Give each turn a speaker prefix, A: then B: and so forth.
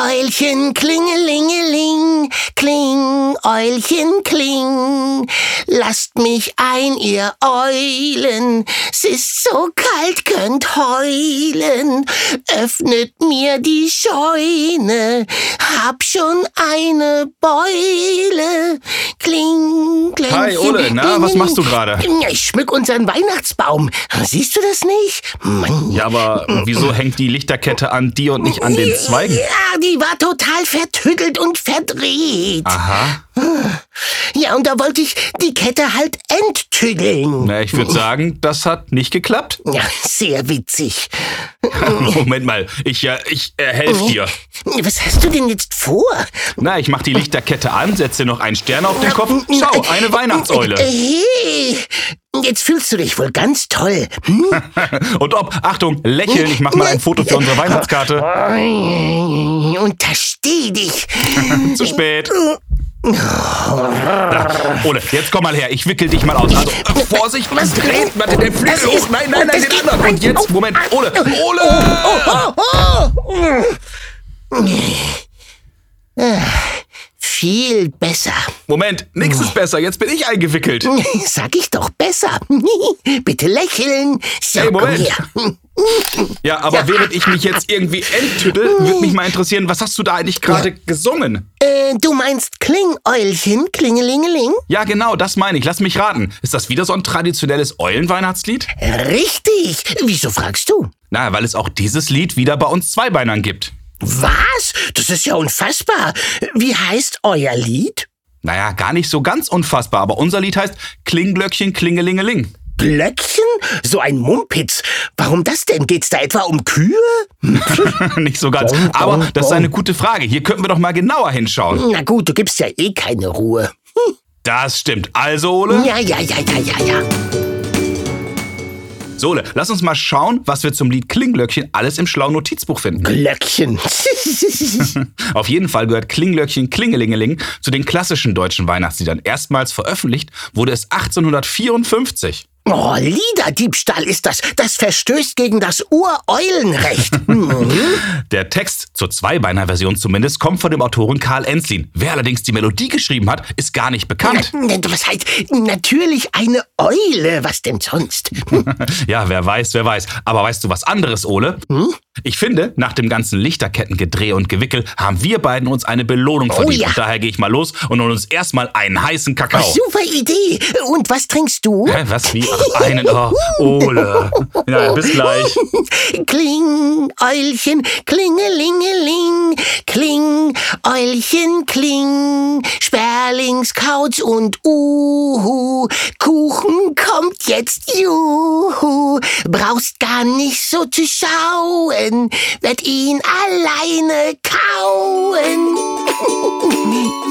A: Klingelingeling, Klingelingeling, Kling, Eulchen, Kling. Lasst mich ein, ihr Eulen, es ist so kalt, könnt heulen. Öffnet mir die Scheune, hab schon eine Beule. Kling, Kling.
B: Hi, Ole, na, was machst du gerade?
A: Ich schmück unseren Weihnachtsbaum. Siehst du das nicht? Mann.
B: Ja, aber wieso hängt die Lichterkette an dir und nicht an den Zweigen?
A: Ja, die war total vertüttelt und verdreht.
B: Aha.
A: Ja, und da wollte ich die Kette halt enttüdeln.
B: Na, ich würde sagen, das hat nicht geklappt.
A: Ja, sehr witzig.
B: Moment mal, ich, ja, ich äh, helf dir.
A: Was hast du denn jetzt vor?
B: Na, ich mach die Lichterkette an, setze noch einen Stern auf den Kopf. Schau, eine Weihnachtseule.
A: Äh, Hey, jetzt fühlst du dich wohl ganz toll. Hm?
B: Und ob, Achtung, lächeln, ich mach mal ein Foto für unsere Weihnachtskarte.
A: Untersteh dich.
B: Zu spät. Na, Ole, jetzt komm mal her, ich wickel dich mal aus. Also, äh, Vorsicht, was dreht man denn den Flügel
A: Das
B: hoch?
A: ist-
B: Nein, nein, nein,
A: das
B: den
A: geht-
B: anderen. Und jetzt, Moment, Ole, Ole!
A: Oh, oh. Ah, Viel besser.
B: Moment, nix ist besser, jetzt bin ich eingewickelt.
A: Oh. Sag ich doch besser. Bitte lächeln. So,
B: Hey,
A: komm
B: Moment.
A: her.
B: Ja, aber während ich mich jetzt irgendwie enttüttel, würde mich mal interessieren, was hast du da eigentlich gerade gesungen?
A: Äh, du meinst Klingeulchen, Klingelingeling?
B: Ja, genau, das meine ich. Lass mich raten. Ist das wieder so ein traditionelles Eulenweihnachtslied?
A: Richtig. Wieso fragst du?
B: Na, weil es auch dieses Lied wieder bei uns Zweibeinern gibt.
A: Was? Das ist ja unfassbar. Wie heißt euer Lied?
B: Naja, gar nicht so ganz unfassbar, aber unser Lied heißt Klingglöckchen, Klingelingeling.
A: Blöckchen? So ein Mumpitz. Warum das denn? Geht's da etwa um Kühe?
B: nicht so ganz.
A: Bom,
B: Aber
A: bom,
B: das ist
A: bom.
B: eine gute Frage. Hier könnten wir doch mal genauer hinschauen.
A: Na gut, du gibst ja eh keine Ruhe.
B: Das stimmt. Also, Ole?
A: Ja, ja, ja, ja, ja, ja.
B: So, Ole, lass uns mal schauen, was wir zum Lied Klinglöckchen alles im schlauen Notizbuch finden.
A: Glöckchen.
B: Auf jeden Fall gehört Klinglöckchen Klingelingeling zu den klassischen deutschen Weihnachtsliedern. Erstmals veröffentlicht wurde es 1854.
A: Oh, Liederdiebstahl ist das. Das verstößt gegen das Ureulenrecht. Hm.
B: Der Text, zur Zweibeiner-Version zumindest, kommt von dem Autoren Karl Enslin. Wer allerdings die Melodie geschrieben hat, ist gar nicht bekannt.
A: Was heißt natürlich eine Eule? Was denn sonst?
B: Ja, wer weiß, wer weiß. Aber weißt du was anderes, Ole? Ich finde, nach dem ganzen Lichterkettengedreh und Gewickel haben wir beiden uns eine Belohnung verdient.
A: ja.
B: Und daher gehe ich mal los und hol uns erstmal einen heißen Kakao.
A: Super Idee. Und was trinkst du?
B: Hä, was wie? Ach, einen, oh, Ole. Ja, bis gleich.
A: Kling, Eulchen, Klingelingeling, Kling, Eulchen, Kling, Sperlingskauz und Uhu, Kuchen kommt jetzt, Juhu, brauchst gar nicht so zu schauen, werd ihn alleine kauen.